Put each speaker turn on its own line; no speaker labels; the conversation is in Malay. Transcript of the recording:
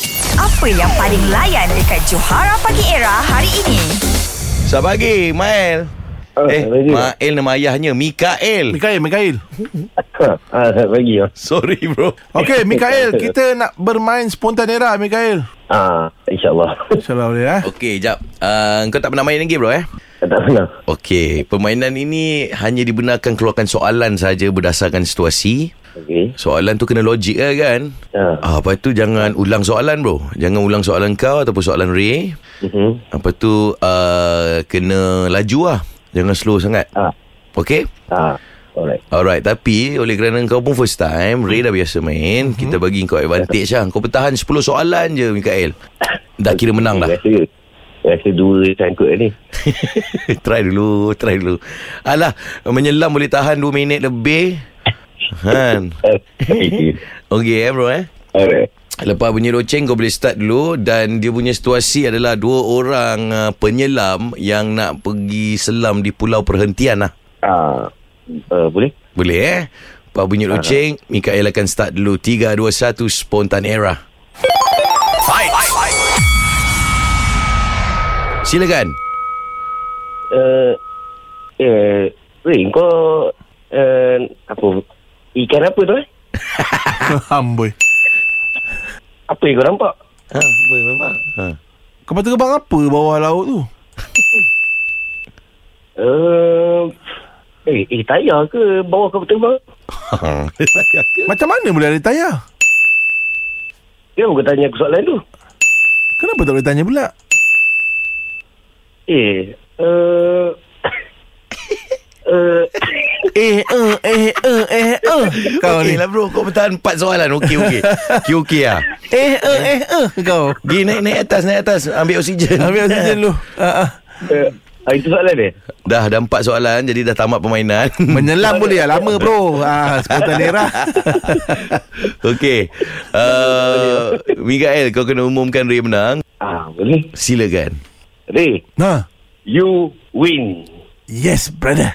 Siapa yang paling layan dekat Johara Pagi Era hari ini?
Selamat pagi, Mael.
Ah,
eh,
selamat pagi.
Mael nama ayahnya Mikael.
Mikael, Mikael.
Ah, selamat pagi. oh.
Sorry, bro.
Okey, Mikael, kita nak bermain spontanera, Mikael.
Ah, insyaAllah.
InsyaAllah boleh, eh?
Okey, jap. Uh, kau tak pernah main lagi, bro, eh?
tak pernah.
Okey, permainan ini hanya dibenarkan keluarkan soalan saja berdasarkan situasi.
Okey.
Soalan tu kena logik lah kan?
Ah.
Ah, lepas tu jangan ulang soalan, bro. Jangan ulang soalan kau ataupun soalan Ray.
Uh-huh.
Lepas tu, uh, kena laju lah. Jangan slow sangat.
Ah,
Okey?
ah, alright.
Alright, tapi oleh kerana kau pun first time, Ray dah biasa main, kita bagi kau advantage lah. Kau bertahan 10 soalan je, Mikael. Dah kira menang dah.
Rasa, rasa dua sangkut ni.
try dulu, try dulu. Alah, menyelam boleh tahan 2 minit lebih. Han.
Ah, okey.
Okey eh bro eh.
alright.
Lepas bunyi loceng kau boleh start dulu dan dia punya situasi adalah dua orang uh, penyelam yang nak pergi selam di pulau perhentian lah.
Ah, uh, boleh?
Boleh eh? Lepas bunyi loceng, Mikael akan start dulu. 3, 2, 1, spontan era. Fight! Silakan.
Uh, eh, Ray, kau... Uh, apa? Ikan apa tu eh?
Amboi.
Apa yang kau nampak?
Ha, boleh memang. Ha.
Kapal terbang apa bawah laut tu?
Uh, eh, eh, tayar ke bawah kau terbang?
Ah.
Macam mana boleh ada tayar?
Kenapa kau tanya aku soalan tu?
Kenapa tak boleh tanya pula?
Eh, uh, uh,
Eh, eh, eh, eh, eh, eh. Kau
Okey
ni.
lah bro, kau bertahan 4 soalan. Okey, okey. Okey, okey lah.
Eh, eh, eh, eh. Kau.
Pergi naik, naik atas, naik atas. Ambil oksigen.
Ambil oksigen dulu. Ah, ah.
uh, itu soalan dia?
Dah, dah 4 soalan. Jadi dah tamat permainan.
Menyelam boleh lah. Lama, bro. Ah, spontanera.
okey. Uh, Mikael, kau kena umumkan Ray menang.
Ah, boleh.
Silakan.
Ray,
Nah.
you win.
Yes, brother.